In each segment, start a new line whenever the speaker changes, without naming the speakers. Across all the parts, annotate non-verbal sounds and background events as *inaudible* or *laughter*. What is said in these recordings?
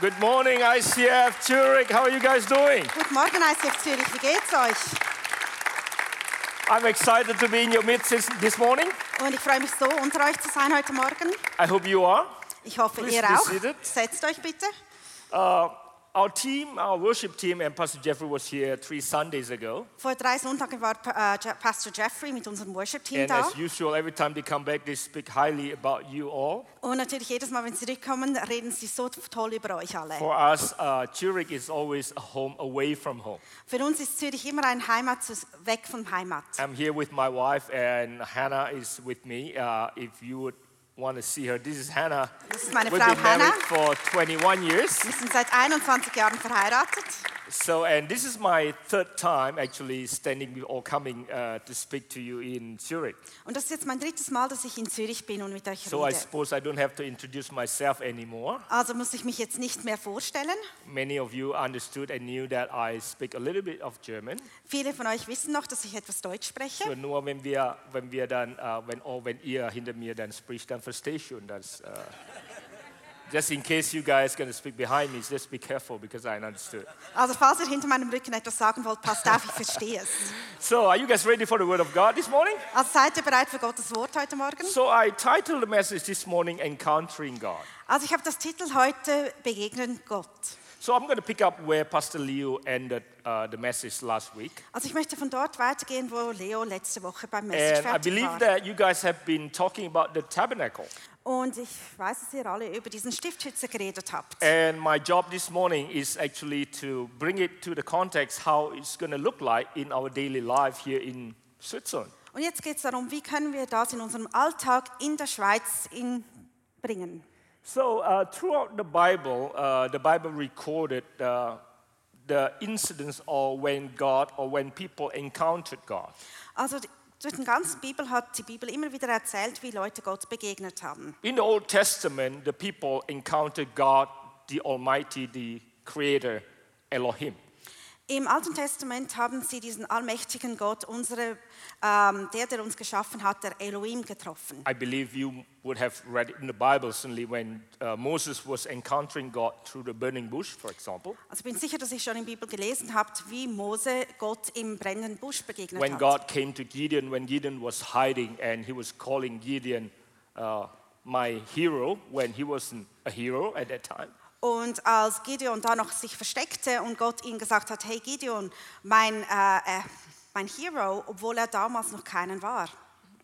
Good morning, ICF Zurich. How are you guys doing?
Guten Morgen, ICF Zürich. Wie geht's euch?
I'm excited to be in your midst this this morning.
Und ich freue mich so, unter euch zu sein heute Morgen.
I hope you are.
Ich hoffe,
Please
ihr
be
auch.
seated.
Setzt euch bitte.
Uh, our team, our worship team, and Pastor Jeffrey was here three Sundays ago.
Vor drei Sonntagen war äh, Je- Pastor Jeffrey mit unserem Worship-Team
And
da.
as usual, every time they come back, they speak highly about you all.
Und natürlich jedes Mal, wenn sie zurückkommen, reden sie so toll über euch alle.
For us, uh, Zurich is always a home away from home.
Für uns ist Zürich immer ein Heimat zu- weg von Heimat.
I'm here with my wife, and Hannah is with me. Uh, if you would want to see her, this is Hannah.
Das ist meine
We've
Frau
been married
Hannah.
for 21 years.
Wir sind seit 21 Jahren verheiratet.
So, and this is my third time actually standing be- or coming uh, to speak to you in Zurich.
Und das ist jetzt mein drittes Mal, dass ich in Zürich bin und mit euch
So, I
rede.
suppose I don't have to introduce myself anymore.
Also muss ich mich jetzt nicht mehr vorstellen.
Many of you understood and knew that I speak a little bit of German.
Viele von euch wissen noch, dass ich etwas Deutsch spreche.
So, nur wenn wir, wenn wir dann, äh, wenn, oh, wenn ihr hinter mir dann spricht, dann verstehst du. Und Das, äh, just in case you guys gonna speak behind me, just be careful because I understood.
Also falls ihr hinter meinem Rücken etwas sagen wollt, passt auf, ich verstehe es.
So, are you guys ready for the Word of God this morning?
Also seid ihr bereit für Gottes Wort heute Morgen?
So, I titled the message this morning, Encountering God.
Also ich habe das Titel heute Begegnen Gott.
So I'm going to pick up where Pastor Leo ended uh, the message last week.
Also ich möchte von dort weitergehen, wo Leo letzte Woche beim Message
And I
fertig
believe
war.
that you guys have been talking about the tabernacle.
Und ich weiß, dass ihr alle über diesen Stiftschütze geredet habt.
And my job this morning is actually to bring it to the context how it's going to look like in our daily life here in Switzerland.
Und jetzt geht es darum, wie können wir das in unserem Alltag in der Schweiz in bringen.
So uh, throughout the Bible, uh, the Bible recorded uh, the incidents or when God or when people encountered God.
Also die- durch den ganzen Bibel hat die Bibel immer wieder erzählt, wie Leute Gott begegnet haben.
In the Old Testament, the people encountered God, the Almighty, the Creator, Elohim.
Im Alten Testament haben sie diesen allmächtigen Gott, unsere, ähm, der, der uns geschaffen hat, der Elohim, getroffen.
I believe you would have read it in the Bible certainly when uh, Moses was encountering God through the burning bush, for example.
Also ich bin sicher, dass ich schon in der Bibel gelesen habe, wie Mose Gott im brennenden Busch begegnet
When
hat.
God came to Gideon, when Gideon was hiding and he was calling Gideon uh, my hero when he wasn't a hero at that time.
Und als Gideon da noch sich versteckte und Gott ihm gesagt hat, hey Gideon, mein, äh, äh, mein Hero, obwohl er damals noch keinen war.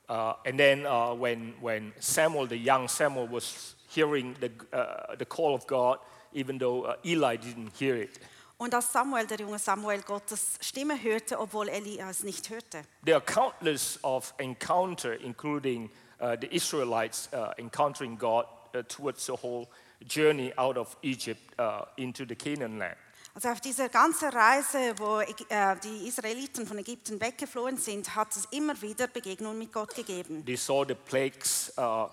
Uh, and then uh, when, when Samuel, the young Samuel, was hearing the, uh, the call of God, even though uh, Eli didn't hear it,
Und als Samuel, der junge Samuel, Gottes Stimme hörte, obwohl Elia es nicht hörte.
there are countless of encounter, including uh, the Israelites uh, encountering God uh, towards the whole journey out of Egypt uh, into the Canaan land.
Also auf dieser ganzen Reise, wo Äg- äh, die Israeliten von Ägypten weggeflohen sind, hat es immer wieder Begegnungen mit Gott gegeben.
They saw the plagues uh,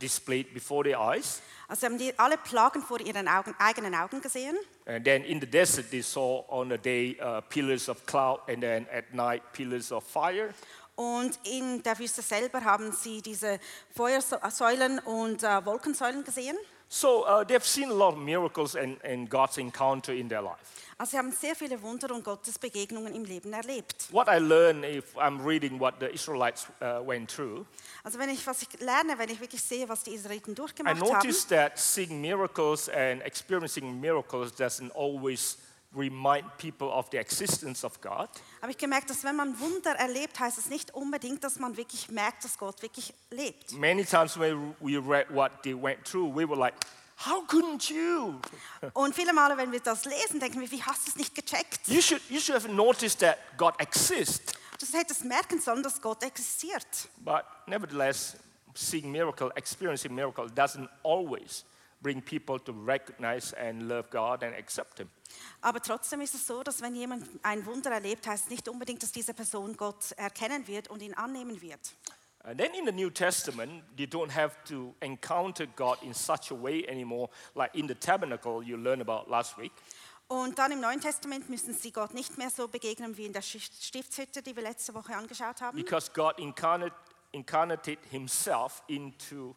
displayed before their eyes,
Also haben die alle Plagen vor ihren Augen, eigenen Augen gesehen.
and then in the desert they saw on the day uh, pillars of cloud, and then at night pillars of fire.
Und in der Wüste selber haben sie diese Feuersäulen und äh, Wolkensäulen gesehen.
So uh, they've seen a lot of miracles and, and God's encounter in their life.
Also sie haben sehr viele Wunder und Gottes Begegnungen im Leben erlebt.
What I learned if I'm reading what the Israelites uh, went through,
Also wenn ich, was ich lerne, wenn ich wirklich sehe, was die Israeliten
I
durchgemacht haben,
noticed that seeing miracles and experiencing miracles doesn't always remind people of the existence of God.
habe ich gemerkt, dass wenn man Wunder erlebt, heißt es nicht unbedingt, dass man wirklich merkt, dass Gott wirklich lebt.
Many times when we read what they went through, we were like, how couldn't you?
Und viele Male, wenn wir das lesen, denken wir, wie hast du es nicht gecheckt?
You should, you should have noticed that God exists.
Du hättest merken sollen, dass Gott existiert.
But nevertheless, seeing miracle, experiencing miracle doesn't always bring people to recognize and love God and accept Him.
Aber trotzdem ist es so, dass wenn jemand ein Wunder erlebt, heißt es nicht unbedingt, dass diese Person Gott erkennen wird und ihn annehmen wird.
And then in the New Testament, you don't have to encounter God in such a way anymore, like in the tabernacle you learned about last week.
Und dann im Neuen Testament müssen sie Gott nicht mehr so begegnen wie in der Schiff- Stiftshütte, die wir letzte Woche angeschaut haben,
Because God incarnate, incarnated Himself into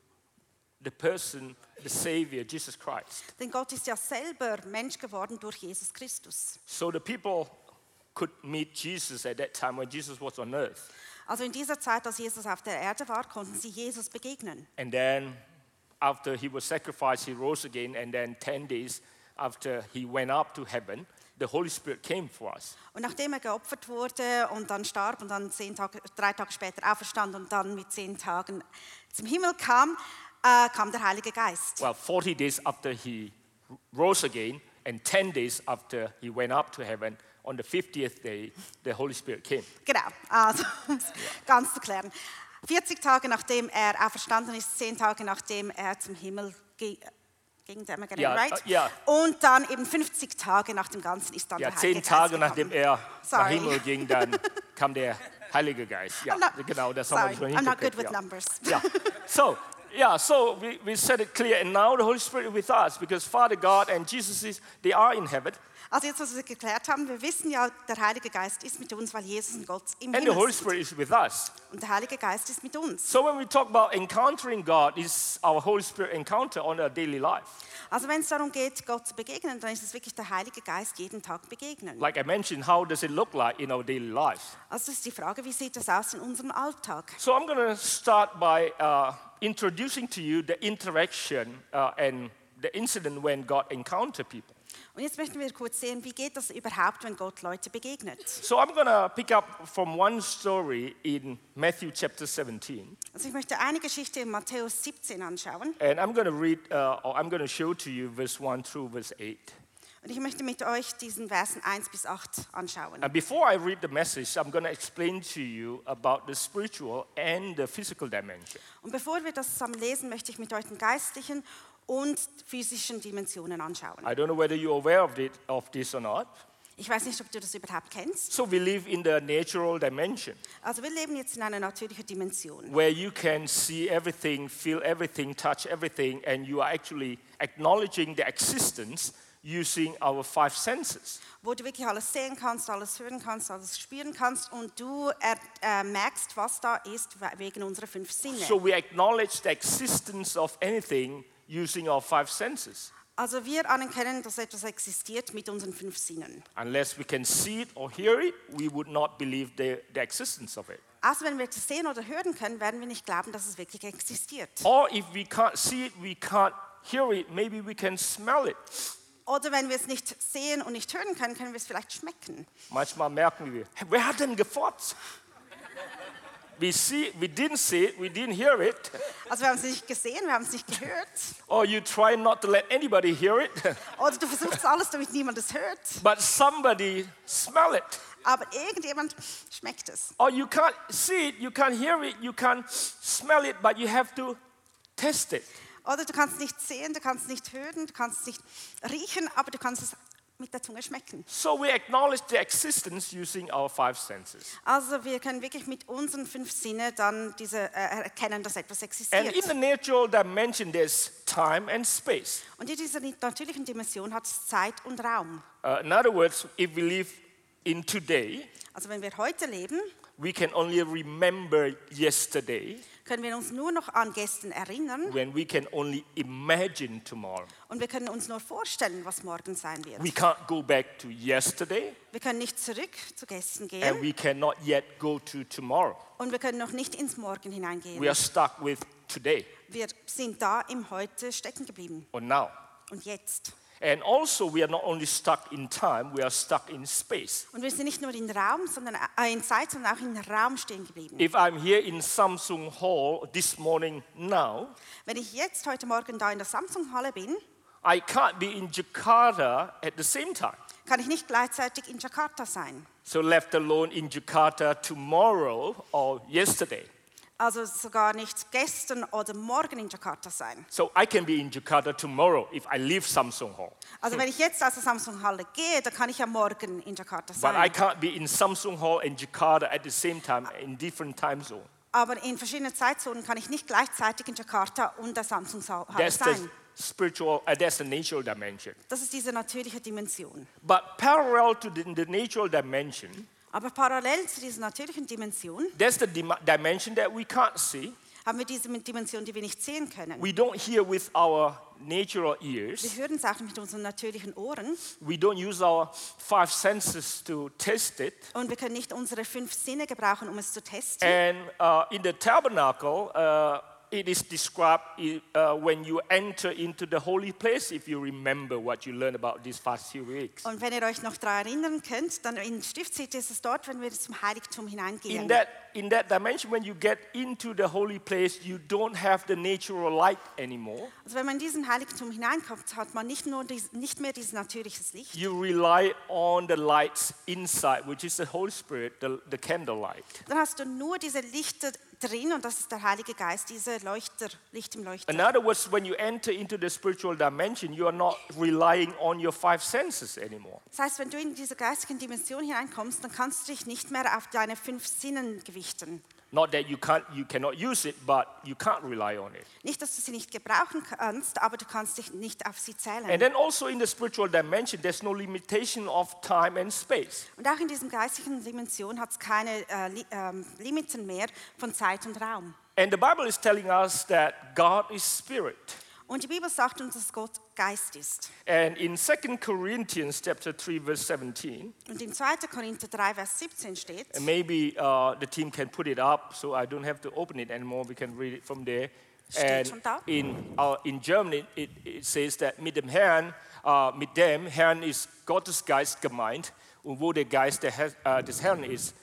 the person, the Savior, Jesus Christ.
Denn Gott ist ja selber Mensch geworden durch Jesus Christus.
So the people could meet Jesus at that time when Jesus was on earth.
Also in dieser Zeit, als Jesus auf der Erde war, konnten sie Jesus begegnen.
And then after he was sacrificed, he rose again. And then 10 days after he went up to heaven, the Holy Spirit came for us.
Und nachdem er geopfert wurde und dann starb und dann zehn Tage, drei Tage später auferstand und dann mit zehn Tagen zum Himmel kam, äh, kam der Heilige Geist.
Well, 40 days after he rose again, and 10 days after he went up to heaven, on the 50th day, the Holy Spirit came.
Genau, also *laughs* um es ganz zu klären. 40 Tage nachdem er auferstanden ist, 10 Tage nachdem er zum Himmel ge- ging, der Magen,
Ja,
right?
äh, ja.
Und dann eben 50 Tage nach dem Ganzen ist dann
Ja,
der Heilige
zehn Tage
Geist
nachdem
gekommen.
er nach
Sorry.
Himmel ging, dann kam der Heilige Geist. Ja,
I'm not-
genau, das haben wir
sorry,
schon
I'm not
hingekriegt,
good with
ja.
numbers.
Yeah. So, yeah, so we, we said it clear. And now the Holy Spirit is with us because Father God and Jesus is, they are in heaven.
Also jetzt, was wir geklärt haben, wir wissen ja, der Heilige Geist ist mit uns, weil Jesus und Gott im
And the
Himmel
Holy
sind.
Spirit is with us.
Und der Heilige Geist ist mit uns.
So when we talk about encountering God, it's our Holy Spirit encounter on our daily life.
Also wenn es darum geht, Gott zu begegnen, dann ist es wirklich der Heilige Geist jeden Tag begegnen.
Like I mentioned, how does it look like in our daily life?
Also das ist die Frage, wie sieht das aus in unserem Alltag?
So I'm going to start by uh, introducing to you the interaction uh, and the incident when God encountered people.
Und jetzt möchten wir kurz sehen, wie geht das überhaupt, wenn Gott Leute begegnet?
So I'm going to pick up from one story in Matthew chapter 17.
Also ich möchte eine Geschichte in Matthäus 17 anschauen
And I'm going to read, uh, or I'm going to show to you verse 1 through verse 8.
und ich möchte mit euch diesen Versen 1 bis 8 anschauen.
And before I read the message, I'm going to explain to you about the spiritual and the physical dimension.
Und bevor wir das zusammen lesen, möchte ich mit euch den geistlichen und physischen Dimensionen anschauen.
I don't know whether you're aware of, it, of this or not.
Ich weiß nicht, ob du das überhaupt kennst.
So we live in the natural dimension
Also wir leben jetzt in einer natürlichen Dimension.
where you can see everything, feel everything, touch everything, and you are actually acknowledging the existence using our five senses.
wo du wirklich alles sehen kannst, alles hören kannst, alles spüren kannst und du er, äh, merkst, was da ist we- wegen unserer fünf Sinne.
So we acknowledge the existence of anything using our five senses.
Also wir anerkennen, dass etwas existiert mit unseren fünf Sinnen.
Unless we can see it or hear it, we would not believe the, the existence of it.
Also wenn wir das sehen oder hören können, werden wir nicht glauben, dass es wirklich existiert.
Or if we can't see it, we can't hear it, maybe we can smell it.
Oder wenn wir es nicht sehen und nicht hören können, können wir es vielleicht schmecken.
Manchmal merken wir, wir hatten gefurzt. We, see, we didn't see it, we didn't hear it.
Also wir haben es nicht gesehen, wir haben es nicht gehört.
Or you try not to let anybody hear it, *laughs*
Oder du versuchst alles, damit niemand es hört.
but somebody smell it.
Aber irgendjemand schmeckt es.
Or you can't see it, you can't hear it, you can't smell it, but you have to test it.
Oder du kannst es nicht sehen, du kannst es nicht hören, du kannst es nicht riechen, aber du kannst es mit der Zunge schmecken.
So we acknowledge the existence using our five senses.
Also wir können wirklich mit unseren fünf Sinnen dann diese, äh, erkennen, dass etwas
And in
existiert.
the natural dimension, there's time and space.
Und in dieser natürlichen Dimension hat es Zeit und Raum.
Uh, in other words, if we live in today,
Also wenn wir heute leben,
we can only remember yesterday
können wir uns nur noch an gestern erinnern
when we can only imagine tomorrow.
und wir können uns nur vorstellen, was morgen sein wird.
We can't go back to yesterday
Wir können nicht zurück zu gestern
and
gehen
we cannot yet go to tomorrow.
und wir können noch nicht ins Morgen
We are
hineingehen.
stuck with today
Wir sind da im Heute stecken geblieben
or now.
und jetzt.
And also, we are not only stuck in time, we are stuck in space.
Und wir sind nicht nur in Raum, sondern äh, in Zeit, sondern auch in Raum stehen geblieben.
If I'm here in Samsung Hall this morning now,
Wenn ich jetzt heute Morgen da in der Samsung-Halle bin,
I can't be in Jakarta at the same time.
kann ich nicht gleichzeitig in Jakarta sein.
So left alone in Jakarta tomorrow or yesterday.
Also sogar nicht gestern oder morgen in Jakarta sein.
So I can be in Jakarta tomorrow if I leave Samsung Hall.
Also wenn ich jetzt aus der Samsung-Halle gehe, dann kann ich ja morgen in Jakarta
But I
sein.
can't be in Samsung Hall and Jakarta at the same time in different time zone.
Aber in verschiedenen Zeitzonen kann ich nicht gleichzeitig in Jakarta und der Samsung-Halle
That's the
sein.
spiritual, uh, that's the natural dimension.
Das ist diese natürliche Dimension.
But parallel to the, the natural dimension,
Aber parallel zu dieser natürlichen Dimension
there's the dim- dimension that we can't see,
haben wir diese Dimension, die wir nicht sehen können.
We don't hear with our natural ears.
Wir hören Sachen mit unseren natürlichen Ohren
We don't use our five senses to taste it.
und wir können nicht unsere fünf Sinne gebrauchen, um es zu testen.
And uh, in the tabernacle, uh, it is described i- uh, when you enter into the holy place, if you remember what you learned about these past few weeks.
Und wenn ihr euch noch daran erinnern könnt, dann in Stiftshütte ist es dort, wenn wir zum Heiligtum
In
hineingehen.
that, in that dimension, when you get into the holy place, you don't have the natural light anymore.
Also wenn man in diesen Heiligtum hineinkommt, hat man nicht, nur dies, nicht mehr dieses natürliches Licht,
You rely on the lights inside, which is the Holy Spirit, the, the candlelight.
dann hast du nur diese Lichter drin und das ist der Heilige Geist, diese Leuchter, Licht im Leuchter.
In other words, when you enter into the spiritual dimension, you are not relying on your five senses anymore.
Das heißt, wenn du in diese geistigen Dimension hineinkommst, dann kannst du dich nicht mehr auf deine fünf Sinnen gewichten.
Not that you, can't, you cannot use it, but you can't rely on it.
Nicht, dass du sie nicht gebrauchen kannst, aber du kannst dich nicht auf sie
And
zählen.
then also in the spiritual dimension, there's no limitation of time and space.
Und auch in diesem geistigen Dimension hat es keine äh, Li ähm, Limiten mehr von Zeit und Raum.
And the Bible is telling us that God is spirit.
Und die Bibel sagt uns, dass Gott Geist ist.
And in 2 Corinthians chapter 3, verse 17,
Und in 2. Korinther 3, Vers 17 steht,
and maybe uh, the team can put it up so I don't have to open it anymore. We can read it from there.
Steht
And
schon da?
in, uh, in German, it, it says that mit dem Herrn, uh, mit dem Herrn ist Gottes Geist gemeint. Und wo der Geist der Herr, uh, des Herrn ist,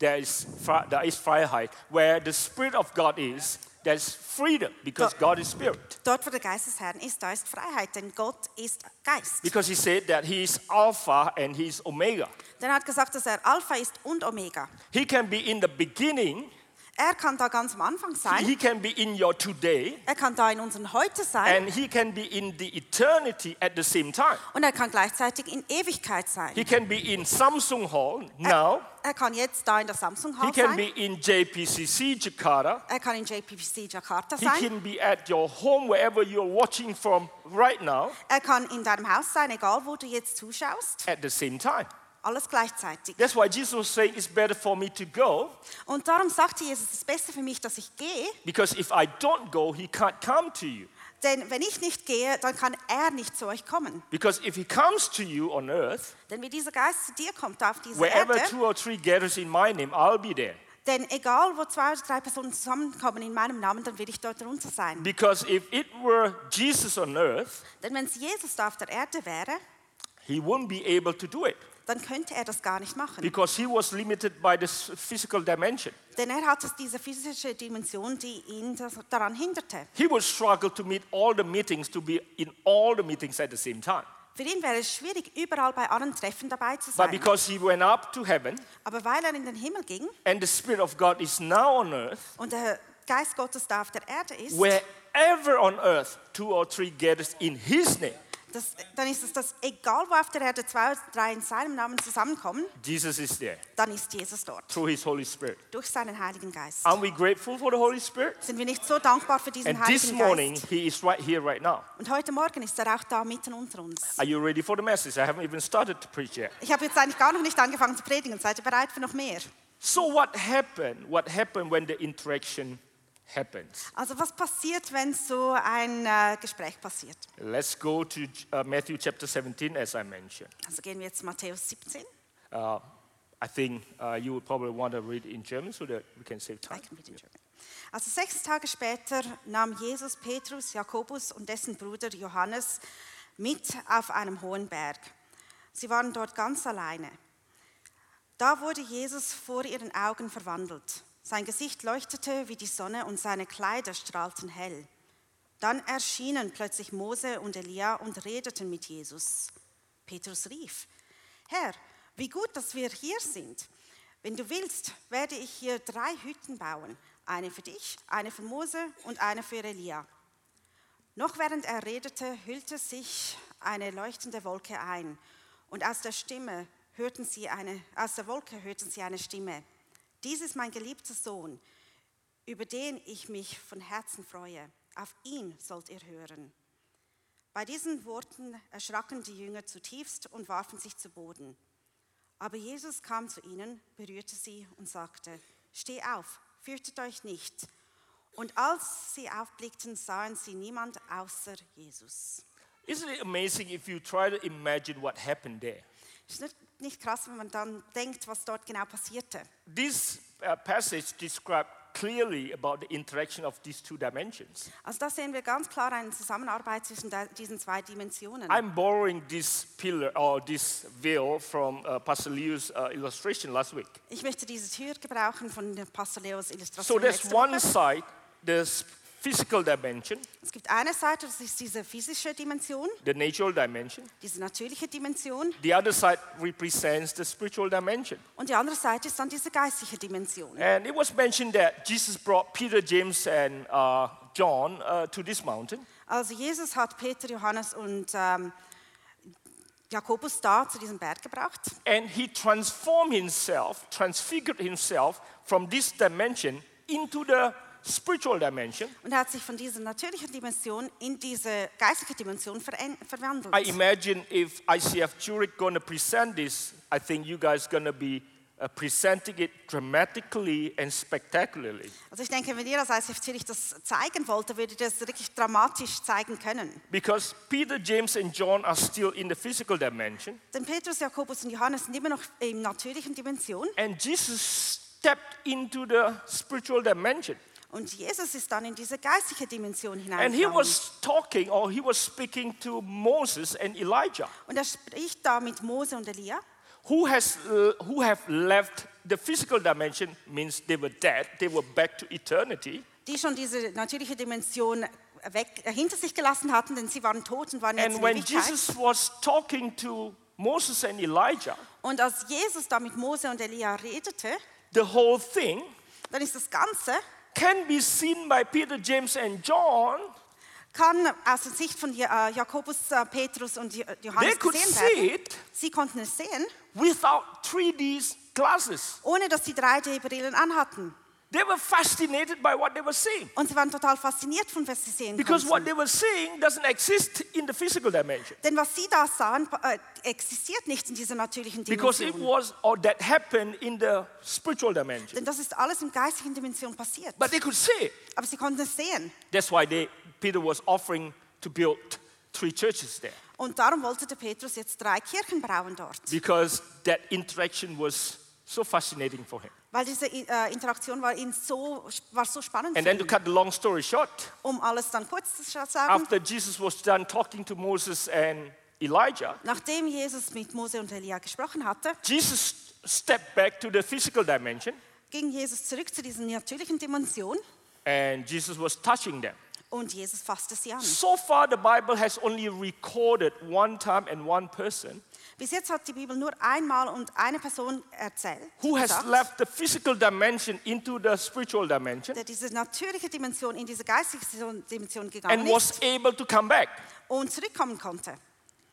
there is, fri- da ist Freiheit. Where the Spirit of God is, there's freedom because God is Spirit.
dort wo der Geist des Herrn ist, da ist Freiheit, denn Gott ist Geist.
Because he said that he is Alpha and he is Omega.
Denn er hat gesagt, dass er Alpha ist und Omega.
He can be in the beginning,
Er kann da ganz am Anfang sein,
he can be in your today,
er kann da in unserem Heute sein
and he can be in the eternity at the same time.
und er kann gleichzeitig in Ewigkeit sein.
He can be in Samsung Hall now,
Er kann jetzt da in der Samsung
he
Hall
can
sein,
be in JPCC Jakarta,
er kann in JPC Jakarta
he
sein,
can be at your home wherever you're watching from right now
er kann in deinem Haus sein, egal wo du jetzt zuschaust,
at the same time.
alles gleichzeitig.
That's why Jesus was saying it's better for me to go
Und darum sagte Jesus, es ist besser für mich, dass ich gehe,
because if I don't go, he can't come to you.
denn wenn ich nicht gehe, dann kann er nicht zu euch kommen.
Because if he comes to you on earth,
Denn wenn dieser Geist zu dir kommt auf diese
Wherever
Erde,
two or three gathers in my name, I'll be there.
denn egal wo zwei oder drei Personen zusammenkommen in meinem Namen, dann will ich dort drunter sein.
Because if it were Jesus on earth,
Denn wenn es Jesus da auf der Erde wäre,
he wouldn't be able to do it
dann könnte er das gar nicht machen.
because he was limited by this physical dimension.
Denn er hat es diese physische Dimension, die ihn das- daran hinderte.
He would struggle to meet all the meetings, to be in all the meetings at the same time.
Für ihn wäre es schwierig, überall bei allen Treffen dabei zu
But
sein.
because he went up to heaven
Aber weil er in den Himmel ging
and the Spirit of God is now on earth,
und der Geist Gottes da auf der Erde ist,
wherever on earth two or three gathers in his name,
das, dann ist es das, egal wo auf der Erde zwei oder drei in seinem Namen zusammenkommen,
Jesus is there
dann ist Jesus dort,
through his Holy Spirit.
durch seinen Heiligen Geist.
Aren't we grateful for the Holy Spirit?
Sind wir nicht so dankbar für diesen
And this
Heiligen
morning,
Geist?
he is right here, right now.
Und heute Morgen ist er auch da mitten unter uns.
Are you ready for the message? I haven't even started to preach yet.
Ich habe jetzt eigentlich gar noch nicht angefangen zu predigen. Seid ihr bereit für noch mehr?
So what happened? What happened when the interaction happens?
Also was passiert, wenn so ein äh, Gespräch passiert?
Let's go to uh, Matthew chapter 17, as I mentioned.
Also gehen wir jetzt zu Matthäus 17.
Uh, I think uh, you would probably want to read in German so that we can save
I
time.
can read in German. Also sechs Tage später nahm Jesus Petrus, Jakobus und dessen Bruder Johannes mit auf einem hohen Berg. Sie waren dort ganz alleine. Da wurde Jesus vor ihren Augen verwandelt. Sein Gesicht leuchtete wie die Sonne und seine Kleider strahlten hell. Dann erschienen plötzlich Mose und Elia und redeten mit Jesus. Petrus rief, Herr, wie gut, dass wir hier sind. Wenn du willst, werde ich hier drei Hütten bauen. Eine für dich, eine für Mose und eine für Elia. Noch während er redete, hüllte sich eine leuchtende Wolke ein, und aus der Stimme hörten sie eine, aus der Wolke hörten sie eine Stimme. Dies ist mein geliebter Sohn, über den ich mich von Herzen freue. Auf ihn sollt ihr hören. Bei diesen Worten erschraken die Jünger zutiefst und warfen sich zu Boden. Aber Jesus kam zu ihnen, berührte sie und sagte, Steh auf, fürchtet euch nicht. Und als sie aufblickten, sahen sie niemand außer Jesus.
Isn't it amazing if you try to imagine what happened there?
Ist nicht, nicht krass, wenn man dann denkt, was dort genau passierte.
This uh, passage describes clearly about the interaction of these two dimensions.
Also da sehen wir ganz klar eine Zusammenarbeit zwischen da- diesen zwei Dimensionen.
I'm borrowing this pillar or this veil from uh, Pastor Liu's uh, illustration last week.
Ich möchte diese Tür gebrauchen von der Pastor Leos
So
Illustration.
there's
letzte
one
Woche.
side, there's physical dimension,
Es gibt eine Seite, das ist diese physische Dimension,
the natural dimension.
diese natürliche Dimension,
The other side represents the spiritual dimension.
und die andere Seite ist dann diese geistliche Dimension.
And it was mentioned that Jesus brought Peter, James, and uh, John uh, to this mountain.
Also Jesus hat Peter, Johannes und ähm, Jakobus da zu diesem Berg gebracht
And he transformed himself, transfigured himself from this dimension into the spiritual dimension.
und er hat sich von dieser natürlichen Dimension in diese geistliche Dimension veränd- verwandelt.
I imagine if ICF Zurich going to present this, I think you guys going to be uh, presenting it dramatically and spectacularly
Also ich denke, wenn ihr als ICF Zürich das zeigen wollte, würdet ihr das wirklich dramatisch zeigen können.
because Peter, James, and John are still in the physical dimension,
Denn Petrus, Jakobus und Johannes sind immer noch in natürlichen Dimension
and Jesus stepped into the spiritual dimension.
und Jesus ist dann in diese geistliche Dimension
And he
hineingegangen.
was talking or he was speaking to Moses and Elijah,
Und er spricht da mit Mose und Elia,
who, has, uh, who have left the physical dimension, means they were dead, they were back to eternity.
die schon diese natürliche Dimension weg, äh, hinter sich gelassen hatten, denn sie waren tot und waren jetzt
And
in
when
Ewigkeit.
Jesus was talking to Moses and Elijah,
und als Jesus da mit Mose und Elia redete,
the whole thing
dann ist das Ganze,
can be seen by Peter, James, and John.
kann aus der Sicht von Ja- äh, Jakobus, äh, Petrus und Jo-
They
Johannes
could
gesehen werden.
see it
Sie konnten es sehen,
without 3D glasses.
ohne dass sie 3D-Brillen anhatten.
They were fascinated by what they were seeing
Und sie waren total fasziniert von was sie sehen
because what
konnten.
they were seeing doesn't exist in the physical dimension.
Denn was sie da sahen, äh, existiert nicht in dieser natürlichen
Because it
Dimension.
was, or that happened in the spiritual dimension.
Denn das ist alles in geistigen Dimension passiert.
But they could see it.
Aber sie konnten es sehen.
That's why they, Peter was offering to build three churches there.
Und darum wollte der Petrus jetzt drei Kirchen bauen dort.
Because that interaction was so fascinating for him.
Weil diese äh, Interaktion war, ihn so, war so spannend.
And
für
then to
ihn.
cut the long story short,
Um alles dann kurz zu scha- sagen,
after Jesus was done talking to Moses and Elijah,
nachdem Jesus mit Mose und Elia gesprochen hatte,
Jesus stepped back to the physical dimension
ging Jesus zurück zu dieser natürlichen Dimension
and Jesus was touching them.
und Jesus fasste sie an.
So far, the Bible has only recorded one time and one person
Bis jetzt hat die Bibel nur einmal und eine Person erzählt,
who has
gesagt,
left the physical dimension into the spiritual dimension
der diese natürliche Dimension in diese geistige Dimension
and
gegangen ist
was able to come back.
und zurückkommen konnte.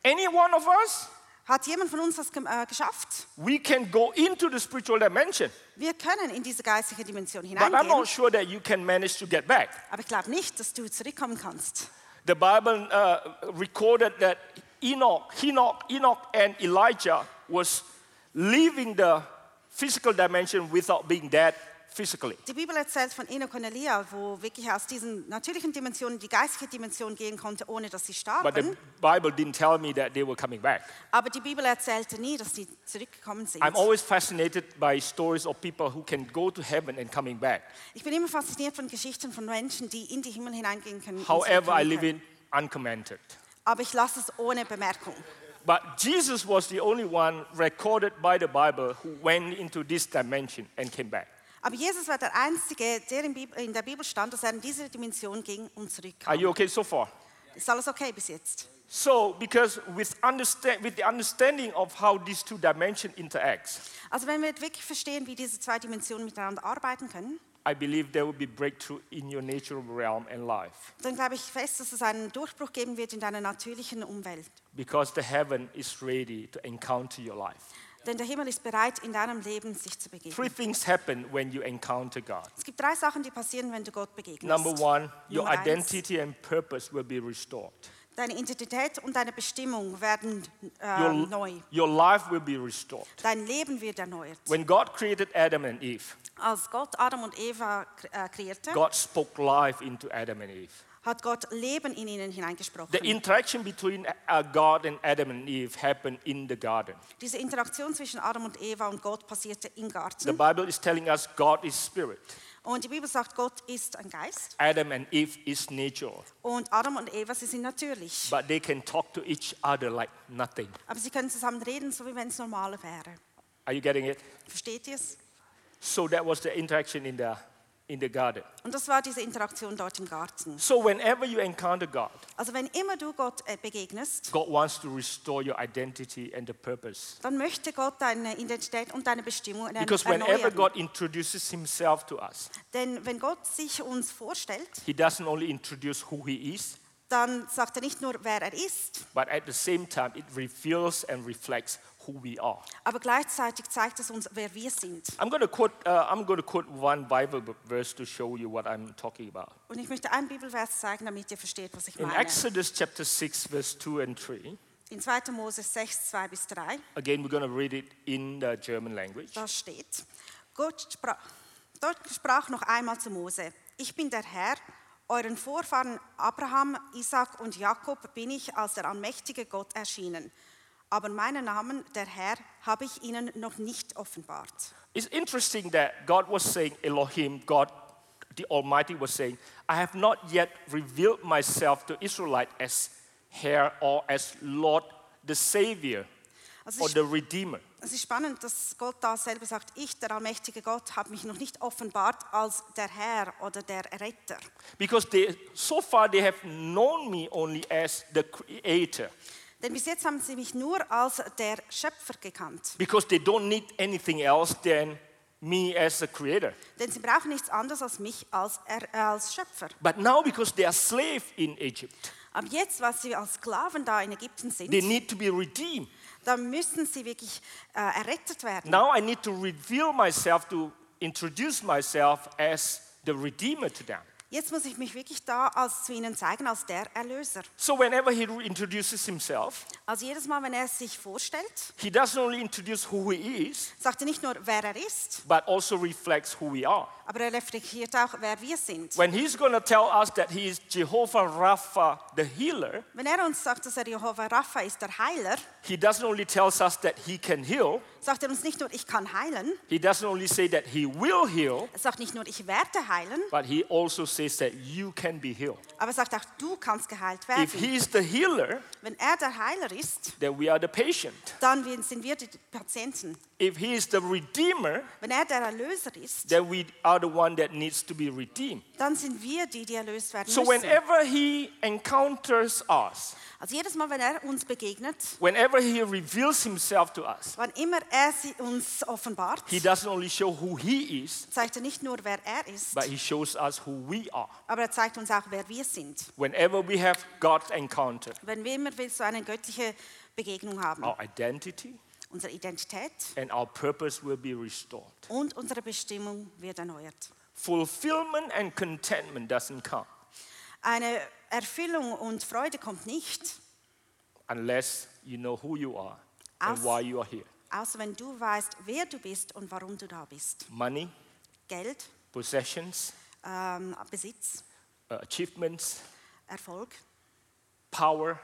Any one of us,
Hat jemand von uns das gem- äh, geschafft?
we can go into the spiritual dimension,
Wir können in diese geistige Dimension
but I'm also-
hineingehen,
not sure that you can manage to get back.
aber ich glaube nicht, dass du zurückkommen kannst.
The Bible uh, recorded that Enoch, Enoch, Enoch, and Elijah was leaving the physical dimension without being dead physically.
Die Bibel erzählt von Enoch und Elia, wo wirklich aus diesen natürlichen Dimensionen in die geistige Dimension gehen konnte, ohne dass sie
But
starben.
the Bible didn't tell me that they were coming back.
Aber die Bibel erzählte nie, dass sie zurückgekommen sind.
I'm always fascinated by stories of people who can go to heaven and coming back.
Ich bin immer fasziniert von Geschichten von Menschen, die in die Himmel hineingehen können. und
However, I
zurückkommen
leave
können.
it uncommented.
Aber ich lasse es ohne Bemerkung.
But Jesus was the only one recorded by the Bible who went into this dimension and came back.
Aber Jesus war der Einzige, der in, Bib- in der Bibel stand, dass er in diese Dimension ging und
Are
zurückkam.
you okay so far?
Ist alles okay bis jetzt?
So, because with, understand, with the understanding of how these two dimensions interacts,
Also wenn wir wirklich verstehen, wie diese zwei Dimensionen miteinander arbeiten können,
I believe there will be breakthrough in your natural realm and life,
dann glaube ich fest, dass es einen Durchbruch geben wird in deiner natürlichen Umwelt.
because the heaven is ready to encounter your life.
Denn der Himmel ist bereit, in deinem Leben sich zu begegnen.
Three things happen when you encounter God.
Es gibt drei Sachen, die passieren, wenn du Gott begegnest.
Number one, your
Nummer eins.
identity and purpose will be restored.
Deine Identität und deine Bestimmung werden äh,
Your,
neu.
your life will be restored.
Dein Leben wird erneuert.
When God created Adam and Eve,
Als Gott Adam und Eva kre- äh, kreierte,
God spoke life into Adam and Eve.
hat Gott Leben in ihnen hineingesprochen.
The interaction between uh, God and Adam and Eve happened in the garden.
Diese Interaktion zwischen Adam und Eva und Gott passierte im
The
Garten.
Bible is telling us God is spirit.
Und die Bibel sagt, Gott ist ein Geist.
Adam and Eve is nature,
Und Adam und Eva, sie sind natürlich.
but they can talk to each other like nothing.
Aber sie können zusammen reden, so wie wenn es normal wäre.
Are you getting it?
Versteht ihr es?
So that was the interaction in the in the garden.
Und das war diese Interaktion dort im Garten.
So whenever you encounter God,
Also wenn immer du Gott äh, begegnest,
God wants to restore your identity and the purpose.
dann möchte Gott deine Identität und deine Bestimmung ern-
Because whenever
erneuern.
God introduces himself to us,
Denn wenn Gott sich uns vorstellt,
he doesn't only introduce who he is,
dann sagt er nicht nur, wer er ist,
but at the same time it reveals and reflects who we are.
aber gleichzeitig zeigt es uns, wer wir sind.
I'm going to quote uh, I'm going to quote one Bible b- verse to show you what I'm talking about.
Und ich möchte einen Bibelvers zeigen, damit ihr versteht, was ich
In
meine.
Exodus chapter 6 verse 2 and 3,
In 2. Mose 6, 2 bis 3,
again we're going to read it in the German language.
da steht, Gott sprach, dort sprach noch einmal zu Mose, ich bin der Herr, euren Vorfahren Abraham, Isaac und Jakob bin ich als der allmächtige Gott erschienen. Aber meinen Namen, der Herr, habe ich ihnen noch nicht offenbart.
It's interesting that God was saying Elohim, God the Almighty was saying, I have not yet revealed myself to Israelite as Herr or as Lord the Savior
Also
or
ich
the Redeemer.
Es ist spannend, dass Gott da selber sagt, ich, der allmächtige Gott, habe mich noch nicht offenbart als der Herr oder der Retter.
Because they, so far they have known me only as the creator.
Denn bis jetzt haben sie mich nur als der Schöpfer gekannt.
Because they don't need anything else than me as the creator.
Denn sie brauchen nichts anderes als mich als, er, äh, als Schöpfer.
But now because they are slave in Egypt,
Aber jetzt, was sie als Sklaven da in Ägypten
they
sind,
need to be redeemed.
da müssen sie wirklich äh, errettet werden.
Now I need to reveal myself to introduce myself as the redeemer to them.
Jetzt muss ich mich wirklich da als zu ihnen zeigen, als der Erlöser.
So whenever he introduces himself,
Also jedes Mal, wenn er sich vorstellt,
he doesn't only introduce who he is,
sagt er nicht nur, wer er ist,
but also reflects who we are.
aber er reflektiert auch, wer wir sind.
When he's going to tell us that he is Jehovah Rapha, the healer,
Wenn er uns sagt, dass er Jehova Rapha ist, der Heiler,
he doesn't only tells us that he can heal,
sagt er uns nicht nur, ich kann heilen,
he doesn't only say that he will heal,
er sagt nicht nur, ich werde heilen,
but he also says that you can be healed.
aber er sagt auch, du kannst geheilt
If
werden.
he is the healer,
Wenn er der Heiler ist,
then we are the patient.
dann wir- sind wir die Patienten.
If he is the redeemer,
Wenn er der Erlöser ist,
then we are the one that needs to be redeemed.
dann sind wir die, die erlöst werden
So
müssen.
whenever he encounters us,
Also jedes Mal, wenn er uns begegnet,
whenever he reveals himself to us,
wann immer er sie uns offenbart,
He doesn't only show who he is,
zeigt er nicht nur, wer er ist,
but he shows us who we are.
aber er zeigt uns auch, wer wir sind.
Whenever we have God's encounter,
Wenn wir immer will, so eine göttliche Begegnung haben,
our identity
unsere Identität,
and our purpose will be restored.
und unsere Bestimmung wird erneuert.
Fulfillment and contentment doesn't come
Eine Erfüllung und Freude kommt nicht,
unless you know who you are
Aus-
and why you are here.
außer wenn du weißt, wer du bist und warum du da bist.
Money,
Geld,
possessions,
ähm, Besitz,
uh, achievements,
Erfolg,
power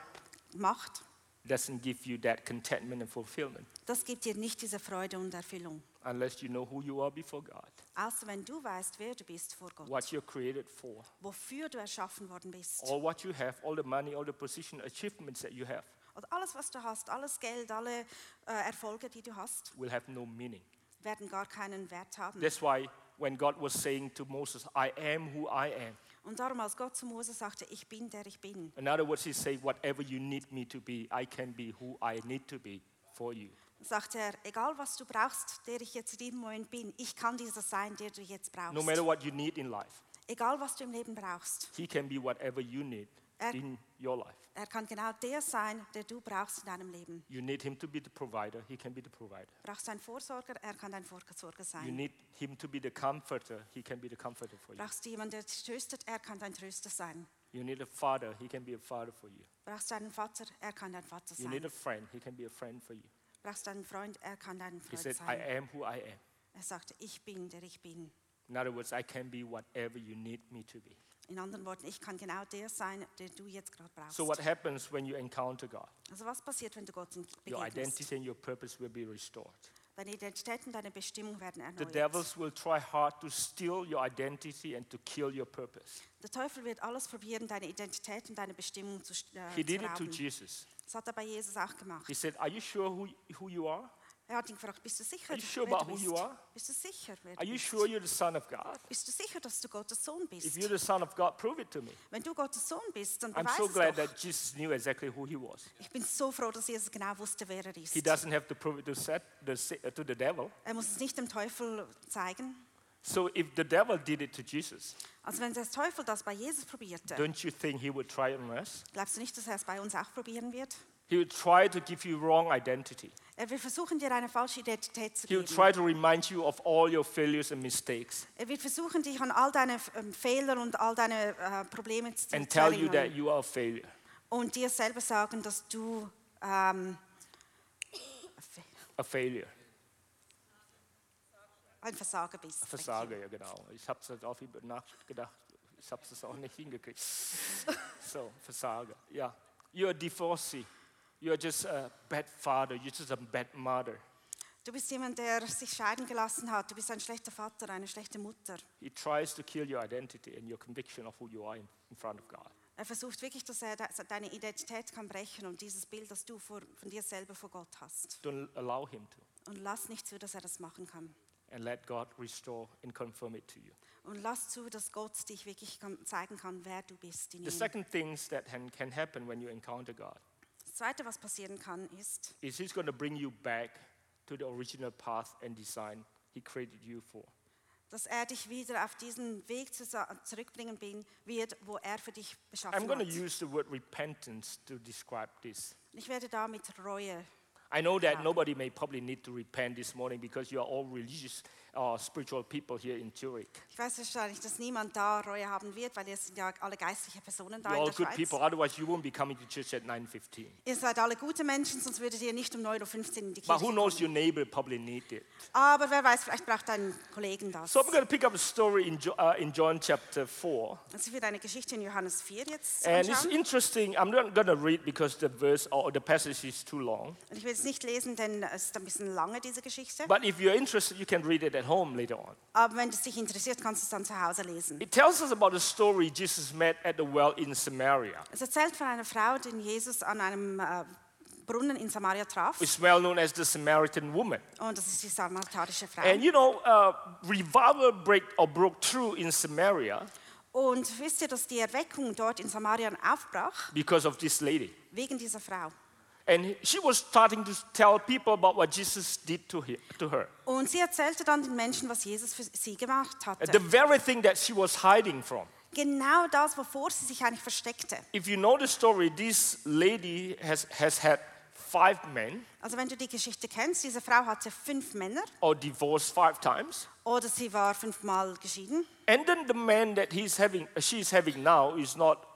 Macht,
doesn't give you that contentment and fulfillment
das gibt dir nicht diese Freude und Erfüllung,
unless you know who you are before God,
außer wenn du weißt, wer du bist vor Gott,
what you're created for,
wofür du erschaffen worden bist.
all what you have, all the money, all the position, achievements that you have
Und alles, was du hast, alles Geld, alle äh, Erfolge, die du hast,
will have no meaning.
werden gar keinen Wert haben.
That's why when God was saying to Moses, I am who I am,
Und darum, als Gott zu Mose sagte, ich bin, der ich bin,
in other words, he said, Whatever you need me to be, I can be who I need to be for you.
sagt er, egal was du brauchst, der ich jetzt in diesem Moment bin, ich kann dieser sein, der du jetzt brauchst.
No matter what you need in life,
egal was du im Leben brauchst,
he can be whatever you need
Er-
in your life.
er kann genau der sein, der du brauchst in deinem Leben.
You need him to be the provider, he can be the provider.
Brauchst du einen Vorsorger, er kann dein Vorsorger
You
sein.
need him to be the comforter, he can be the comforter for you.
Brauchst du jemanden, der dich tröstet, er kann dein Tröster sein.
You need a father, he can be a father for you.
Brauchst du einen Vater? Er kann dein Vater
You need
sein.
a friend, he can be a friend for you.
Brauchst du einen Freund? Er kann dein
He
Freund
said, I
sein.
am who I am.
Er sagt, ich bin, der ich bin.
In other words, I can be whatever you need me to be.
In anderen Worten, ich kann genau der sein, der du jetzt gerade brauchst.
So, what happens when you encounter God?
also was passiert, wenn du Gott
Your
begegnest?
identity and your purpose will be restored.
Deine Identität und deine Bestimmung werden
The
erneuert.
devils will try hard to steal your identity and to kill your purpose.
Der Teufel wird alles probieren, deine Identität und deine Bestimmung zu, st- äh,
He
zu
did it to
rauben.
Jesus.
Das hat er bei Jesus auch gemacht.
He said, Are you sure who, who you are?
Er hat ihn gefragt, bist du sicher,
Are you sure
wer du
about who
bist?
you are?
Bist du sicher, wer
Are
du
you
bist?
sure you're the Son of God?
Bist du sicher, dass du Gottes Sohn
If
bist?
you're the Son of God, prove it to me.
Wenn du Gottes Sohn bist, dann
I'm
beweis
so
es
glad
doch.
that Jesus knew exactly who he was.
Ich bin so froh, dass Jesus genau wusste, wer er ist.
He doesn't have to prove it to, set, the, sa- uh, to the devil.
Er muss es nicht dem Teufel zeigen.
So if the devil did it to Jesus,
Also wenn der Teufel das bei Jesus probierte,
don't you think he would try on us?
glaubst du nicht, dass er es bei uns auch probieren wird?
He would try to give you wrong identity.
Er will versuchen, dir eine falsche Identität zu
He would
geben.
try to remind you of all your failures and mistakes
Er wird versuchen, dich an all deine ähm, Fehler und all deine äh, Probleme zu
and
zu
tell you that
erinnern
you are a failure.
und dir selber sagen, dass du ähm,
A failure.
ein Versager bist.
Versager, ja genau. Ich habe es auf ihn nachgedacht. Ich habe es auch nicht hingekriegt. *laughs* so, Versager, ja. You're a divorcee. You're just a bad father. You're just a bad mother.
Du bist jemand, der sich scheiden gelassen hat. Du bist ein schlechter Vater, eine schlechte Mutter.
He tries to kill your identity and your conviction of who you are in, in front of God.
Er versucht wirklich, dass er de- deine Identität kann brechen und dieses Bild, das du vor, von dir selber vor Gott hast.
Don't allow him to.
Und lass nicht zu, dass er das machen kann.
And let God restore and confirm it to you.
Und lass zu, dass Gott dich wirklich kann, zeigen kann, wer du bist. In
The
ihm.
second things that can, can happen when you encounter God
Das Zweite, was passieren kann, ist,
is he's going to bring you back to the original path and design he created you for.
dass er dich wieder auf diesen Weg zusa- zurückbringen bin- wird, wo er für dich
I'm
beschaffen
going to
hat.
use the word repentance to describe this.
Ich werde da mit Reue
I know that
Yeah.
nobody may probably need to repent this morning because you are all religious, uh, spiritual people here in Zurich.
Ich weiß wahrscheinlich, dass niemand da Reue haben wird, weil ihr sind ja alle geistliche Personen da
You're
in
all
der
good
Schweiz.
people. Otherwise, you won't be coming to church at 9:15.
Ihr seid alle gute Menschen, sonst würdet ihr nicht um 9.15 Uhr in die
But
Kirche
who
kommen.
knows? Your neighbor probably need it.
Aber wer weiß, vielleicht braucht dein Kollegen das.
So I'm going to pick up a story in, Jo- uh, in John chapter four,
Also für deine Geschichte in Johannes 4 jetzt
and it's
anschauen.
interesting. I'm not going to read because the verse or the passage is too long.
Und ich will es nicht lesen, denn es ist ein bisschen lange, diese Geschichte.
But if you're interested, you can read it at home later on.
Aber wenn es dich interessiert, kannst du es dann zu Hause lesen.
It tells us about a story Jesus met at the well in Samaria.
Es erzählt von einer Frau, den Jesus an einem äh, Brunnen in Samaria traf.
It's well known as the Samaritan woman.
Und das ist die samaritanische Frau.
And you know, uh, revival break or broke through in Samaria
Und wisst ihr, dass die Erweckung dort in Samaria aufbrach?
because of this lady.
Wegen dieser Frau.
And she was starting to tell people about what Jesus did to, he, to her.
Und sie erzählte dann den Menschen, was Jesus für sie gemacht
The
hatte.
very thing that she was hiding from.
Genau das, wovor sie sich eigentlich versteckte.
If you know the story, this lady has, has had five men
Also wenn du die Geschichte kennst, diese Frau hatte fünf Männer
or divorced five times.
oder sie war fünfmal geschieden.
And then the man that he's having, uh, she's having now is not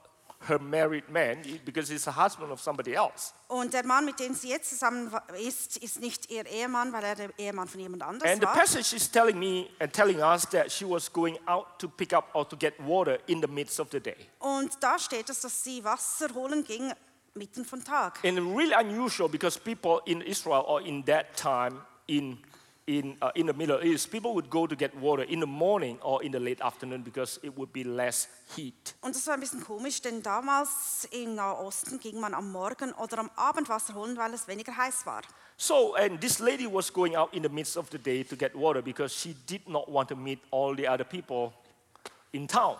her married man because he's a husband of somebody else.
Und der Mann, mit dem sie jetzt zusammen wa- ist, ist nicht ihr Ehemann, weil er der Ehemann von jemand anderem
And the
war.
passage is telling me and telling us that she was going out to pick up or to get water in the midst of the day.
Und da steht es, dass sie Wasser holen ging mitten vom Tag.
And really unusual because people in Israel or in that time in, in, uh, in the Middle East, people would go to get water in the morning or in the late afternoon because it would be less heat.
Und das war ein bisschen komisch, denn damals im Nahen Osten ging man am Morgen oder am Abend Wasser holen, weil es weniger heiß war.
So, and this lady was going out in the midst of the day to get water because she did not want to meet all the other people in town.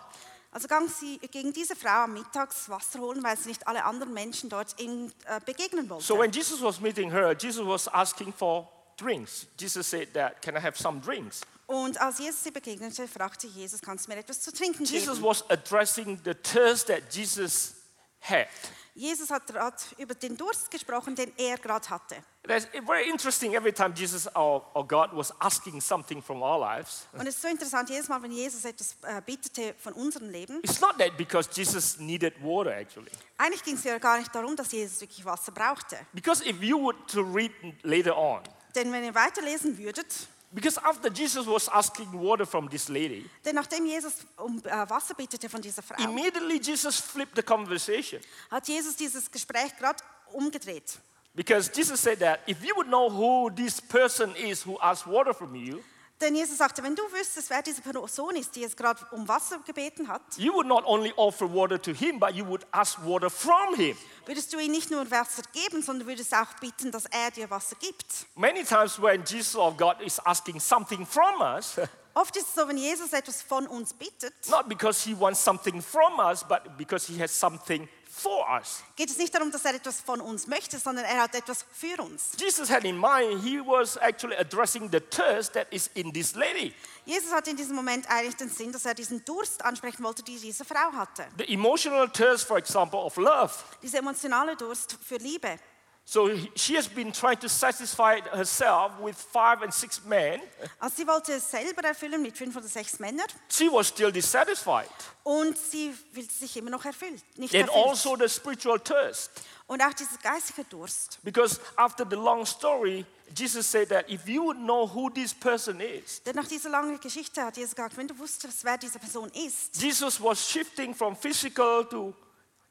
Also ging, sie, ging diese Frau am Mittags Wasser holen, weil sie nicht alle anderen Menschen dort in, äh, begegnen wollte.
So when Jesus was meeting her, Jesus was asking for drinks. Jesus said that, can I have some drinks?
Und als Jesus sie begegnete, fragte Jesus, kannst du mir etwas zu trinken
Jesus
geben?
was addressing the thirst that Jesus had.
Jesus hat gerade über den Durst gesprochen, den er gerade hatte.
That's very interesting every time Jesus or, or God was asking something from our lives.
Und es ist so interessant, jedes Mal, wenn Jesus etwas äh, bittete von unserem Leben,
It's not that because Jesus needed water, actually.
eigentlich ging es ja gar nicht darum, dass Jesus wirklich Wasser brauchte.
Because if you were to read later on,
Denn wenn ihr weiterlesen würdet,
because after Jesus was asking water from this lady,
denn nachdem Jesus um äh, Wasser bittete von dieser Frau,
immediately Jesus flipped the conversation.
hat Jesus dieses Gespräch gerade umgedreht.
Because Jesus said that if you would know who this person is who asked water from you,
Denn Jesus sagte, wenn du wüsstest, wer diese Person ist, die jetzt gerade um Wasser gebeten hat,
you would not only offer water to him, but you would ask water from him.
würdest du ihm nicht nur Wasser geben, sondern würdest auch bitten, dass er dir Wasser gibt.
Many times when Jesus or God is asking something from us,
Oft ist es so, wenn Jesus etwas von uns bittet,
not because he wants something from us, but because he has something for us.
geht es nicht darum, dass er etwas von uns möchte, sondern er hat etwas für uns.
Jesus had in mind he was actually addressing the thirst that is in this lady,
Jesus hat in diesem Moment eigentlich den Sinn, dass er diesen Durst ansprechen wollte, die diese Frau hatte.
the emotional thirst, for example, of love.
Diese emotionale Durst für Liebe.
So he- she has been trying to satisfy herself with five and six men.
Also sie wollte es selber erfüllen mit fünf oder sechs Männern
She was still dissatisfied.
und sie fühlte sich immer noch erfüllt. Nicht
Then also
erfüllt.
the spiritual thirst.
Und auch dieser geistige Durst.
Because after the long story, Jesus said that if you would know who this person is,
Denn nach dieser langen Geschichte hat Jesus gesagt, wenn du wusstest, wer diese Person ist.
Jesus was shifting from physical to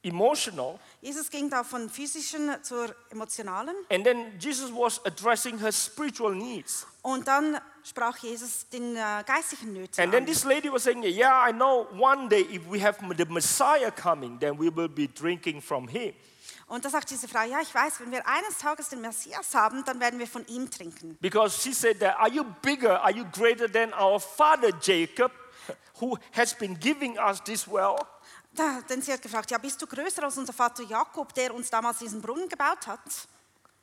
emotional.
Jesus ging da von physischen zur emotionalen
And then Jesus was addressing her spiritual needs.
und dann sprach Jesus den äh, geistigen Nöten
And then
an.
this lady was saying, Yeah, I know one day if we have the Messiah coming, then we will be drinking from him.
Und da sagt diese Frau, ja, ich weiß, wenn wir eines Tages den Messias haben, dann werden wir von ihm trinken.
Because she said that, Are you bigger? Are you greater than our father Jacob, who has been giving us this well?
Da, denn sie hat gefragt, ja, bist du größer als unser Vater Jakob, der uns damals diesen Brunnen gebaut hat?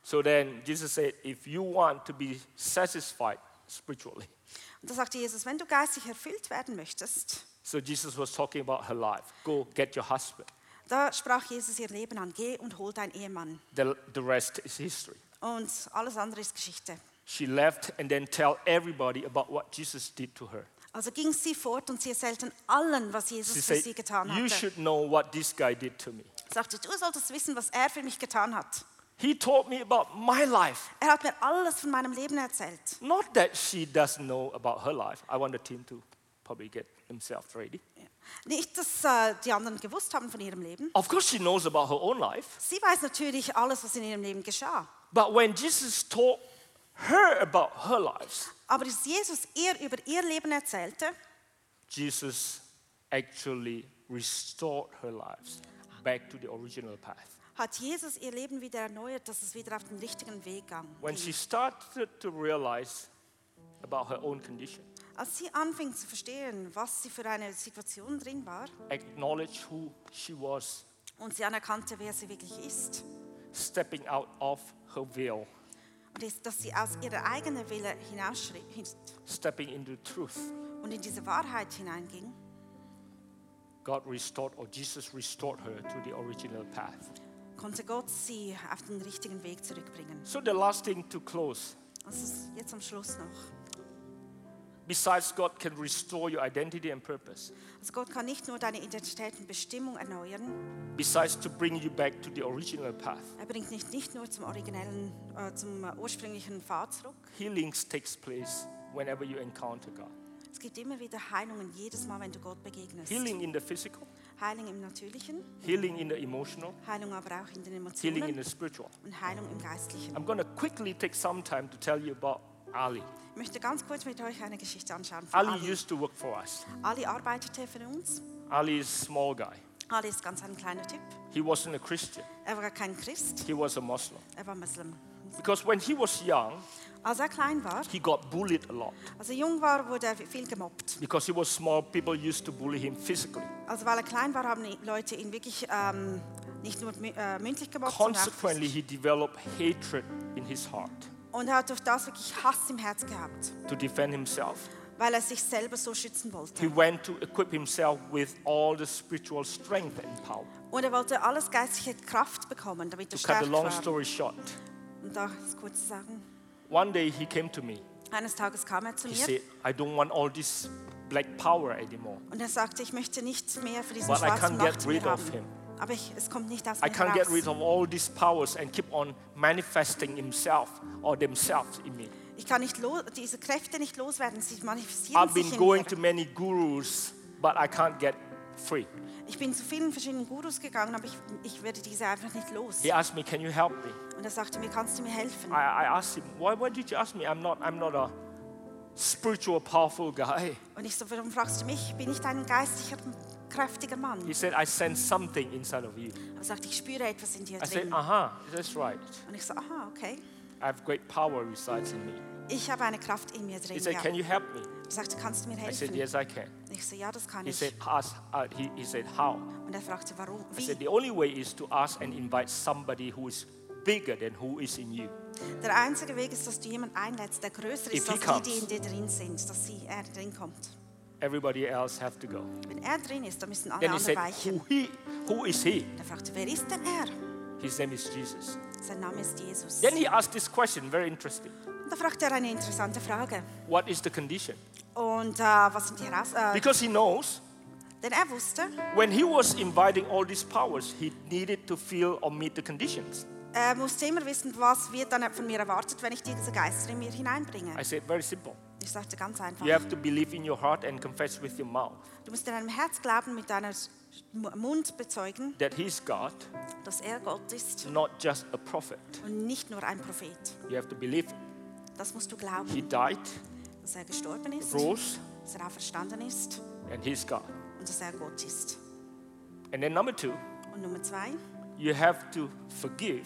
So then Jesus said, If you want to be satisfied spiritually.
Und da sagte Jesus, wenn du geistig erfüllt werden möchtest,
So Jesus was talking about her life. Go get your husband.
da sprach Jesus ihr Leben an, geh und hol deinen Ehemann.
The, the rest is history.
Und alles andere ist Geschichte.
She left and then tell everybody about what Jesus did to her.
Also ging sie fort und sie erzählten allen, was
She
Jesus für
said,
sie getan
You
hatte.
should know what this guy did to me.
Sagte, du solltest wissen, was er für mich getan hat.
He told me about my life.
Er hat mir alles von meinem Leben erzählt.
Not that she doesn't know about her life. I want the team to probably get themselves ready.
Nicht, dass äh, die anderen gewusst haben von ihrem Leben.
Of course, she knows about her own life.
Sie weiß natürlich alles, was in ihrem Leben geschah.
But when Jesus told her about her life,
Aber als Jesus ihr über ihr Leben erzählte,
Jesus actually restored her lives back to the original path.
hat Jesus ihr Leben wieder erneuert, dass es wieder auf den richtigen Weg ging.
When she started to realize about her own condition,
Als sie anfing zu verstehen, was sie für eine Situation drin war
acknowledge who she was,
und sie anerkannte, wer sie wirklich ist,
stepping out of her veil,
und ist, dass sie aus ihrer eigenen Wille hinausschritt
stepping into truth.
und in diese Wahrheit hineinging,
God restored or Jesus restored her to the original path.
konnte Gott sie auf den richtigen Weg zurückbringen.
So the last thing to close,
Das ist jetzt am Schluss noch.
besides God can restore your identity and purpose,
Also Gott kann nicht nur deine Identität und Bestimmung erneuern,
besides to bring you back to the original path,
er bringt dich nicht nur zum originellen, äh, zum äh, ursprünglichen Pfad zurück.
healings takes place whenever you encounter God.
Es gibt immer wieder Heilungen, jedes Mal, wenn du Gott begegnest.
Healing in the physical,
Heilung im Natürlichen,
healing in the emotional,
Heilung aber auch in den
healing in
Emotionen
the spiritual.
und Heilung im Geistlichen.
I'm going to quickly take some time to tell you about Ali.
Ich möchte ganz kurz mit euch eine Geschichte anschauen. Von
Ali,
Ali, Ali.
used to work for us.
arbeitete für uns.
Ali is a small guy.
Ali ist ganz ein kleiner Typ.
He wasn't a Christian.
Er war kein Christ,
He was a Muslim.
er war Muslim.
Because when he was young,
Als er klein war,
he got bullied a lot.
als er jung war, wurde er viel gemobbt.
Because he was small, people used to bully him physically.
Also weil er klein war, haben die Leute ihn wirklich ähm, nicht nur mü- äh, mündlich gemobbt, sondern auch
Consequently, he developed hatred in his heart
und er hat durch das wirklich Hass im Herz gehabt.
to defend himself.
weil er sich selber so schützen wollte.
He went to equip himself with all the spiritual strength and power.
Und er wollte alles geistliche Kraft bekommen, damit er
To cut the
stark
long
war.
story short,
Und da ist kurz zu sagen,
one day he came to me.
eines Tages kam er zu
He
mir
said, I don't want all this black power anymore.
und er sagte, ich möchte nicht mehr für diesen
But I
schwarzen
can't get
Macht
rid
mehr
of
haben.
him.
Aber ich, es kommt nicht aus
I
mir
can't get rid
heraus.
of all these powers and keep on manifesting himself or themselves in me.
Ich kann nicht lo- diese Kräfte nicht loswerden, sie manifestieren
I've
sich
been
in
going
mir.
to many gurus, but I can't get free.
Ich bin zu vielen verschiedenen Gurus gegangen, aber ich, ich werde diese einfach nicht los.
He asked me, Can you help me?
Und er sagte mir, kannst du mir helfen?
I, I asked him, why, why did you ask me? I'm not, I'm not a spiritual, powerful guy. *laughs*
Und ich so, warum fragst du mich? Bin ich ein geistlicher, kräftiger Mann?
He said, I sense something inside of you.
Er sagte, ich spüre etwas in dir
I said,
drin.
uh huh, that's right.
Und ich so, aha, okay.
I have great power resides in me.
Ich habe eine Kraft in mir drin.
He said,
Ja.
Can you help me?
Er sagte, kannst du mir
I said,
helfen?
Yes, I can.
Ich so, ja, das kann
He
ich.
said, ask, uh, he, he said, How?
Und er fragte, warum?
I
Wie?
said, The only way is to ask and invite somebody who is bigger than who is in you.
Der einzige Weg ist, dass du jemanden einlädst, der größer
If
ist
he
als die,
comes.
die in dir drin sind, dass sie, er drin kommt.
Everybody else have to go.
Wenn er drin ist, dann müssen alle
Then he
anderen
said,
weichen.
Who, he, who is he?
Und er fragte, wer ist denn er?
His name is Jesus.
Sein Name ist Jesus.
Then he asked this question, very interesting.
Und da fragte er eine interessante Frage.
What is the condition?
Und äh, was sind die heraus? Äh,
Because he knows
denn er wusste,
When he was inviting all these powers, he needed to fill or meet the conditions.
er musste immer wissen, was wird dann von mir erwartet, wenn ich diese Geister in mir hineinbringe.
I said, very simple.
Ich sagte ganz einfach,
You have to believe in your heart and confess with your mouth
du musst in deinem Herz glauben, mit deinem S- M- Mund bezeugen,
that he's God,
dass er Gott ist
not just a prophet.
und nicht nur ein Prophet.
You have to believe
Das musst du glauben,
he died,
dass er gestorben ist,
rose,
dass er auferstanden ist
and he's God.
und dass er Gott ist.
And then number two,
Und Nummer zwei,
you have to forgive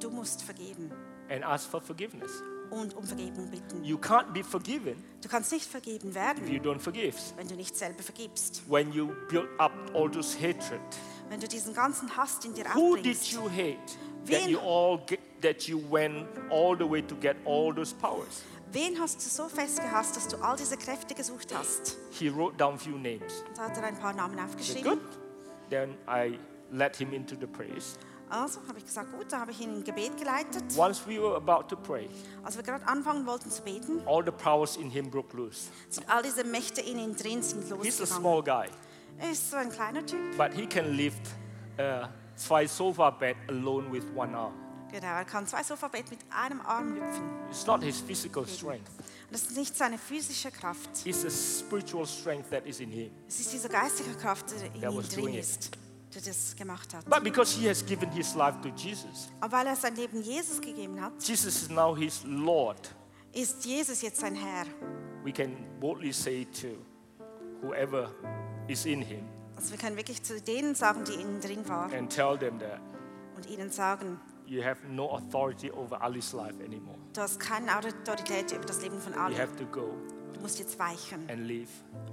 du musst vergeben
and ask for forgiveness.
und um Vergebung bitten.
You can't be forgiven
Du kannst nicht vergeben
if
werden,
you don't forgive.
wenn du nicht selber vergibst.
When you build up all this hatred,
Wenn du diesen ganzen Hass in dir
who did
aufbringst.
you hate that
Wen-
you all get, that you went all the way to get all those powers?
Wen hast du so fest gehasst, dass du all diese Kräfte gesucht hast?
he wrote down few names.
Und da hat er ein paar Namen
Said,
aufgeschrieben.
Good. Then I led him into the prayers.
Also habe ich gesagt, gut, da habe ich ihn in Gebet geleitet.
Once we were about to pray,
Als wir gerade anfangen wollten zu beten,
all the powers in him broke loose.
sind all diese Mächte in ihm drin sind
He's a
losgegangen.
small guy,
Er ist so ein kleiner Typ.
but he can lift uh, five sofa bed alone with one arm.
Genau, er kann zwei Sofabett mit einem Arm hüpfen.
It's not his physical strength.
Und Das ist nicht seine physische Kraft.
It's a spiritual strength that is in him.
Es ist diese geistige Kraft, die in
That
ihm
was
drin
doing it.
ist, die das gemacht hat.
But because he has given his life to Jesus,
Aber weil er sein Leben Jesus gegeben hat,
Jesus is now his Lord.
ist Jesus jetzt sein Herr.
We can boldly say to whoever is in him
Also wir können wirklich zu denen sagen, die innen drin waren
and tell them that
und ihnen sagen,
you have no authority over Ali's life anymore.
du hast keine Autorität über das Leben von
You
Ali.
have to go
Du musst jetzt weichen
and leave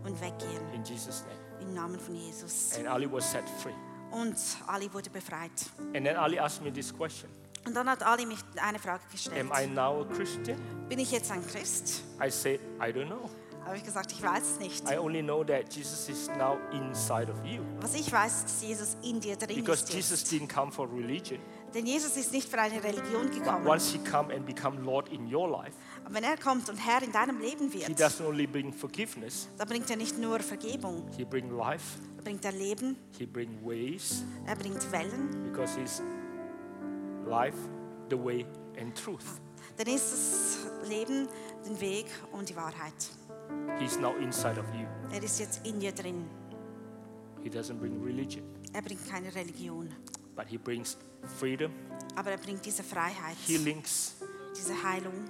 und weggehen
in Jesus' name.
im Namen von Jesus.
And Ali was set free.
Und Ali wurde befreit.
And then Ali asked me this question
Und dann hat Ali mich eine Frage gestellt.
Am I now a Christian?
Bin ich jetzt ein Christ?
I said, I don't know.
Habe ich gesagt, ich weiß es nicht.
I only know that Jesus is now inside of you.
Was ich weiß, ist, dass Jesus in dir drin
Because
ist.
Jesus
Jetzt.
didn't come for religion.
Denn Jesus ist nicht für eine Religion
But
gekommen. Aber
once he come and become Lord in your life,
wenn er kommt und Herr in deinem Leben
he
wird,
doesn't only bring forgiveness,
dann bringt er nicht nur Vergebung,
he bring life,
er bringt er Leben,
he bring ways,
er bringt Wellen.
because he's life, the way, and truth.
Dann ist das Leben, den Weg und die Wahrheit.
He's now inside of you.
Er ist jetzt in dir drin.
He doesn't bring religion.
Er bringt keine Religion,
but he brings freedom,
aber er bringt diese Freiheit,
healings,
diese Heilung,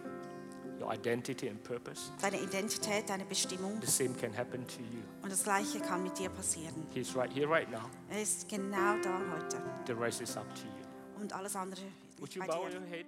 your identity and purpose.
deine Identität, deine Bestimmung.
The same can happen to you.
Und das Gleiche kann mit dir passieren.
He's right here right now.
Er ist genau da heute.
The rest is up to you.
Und alles andere liegt
Would you
bei
bow
dir.
your head?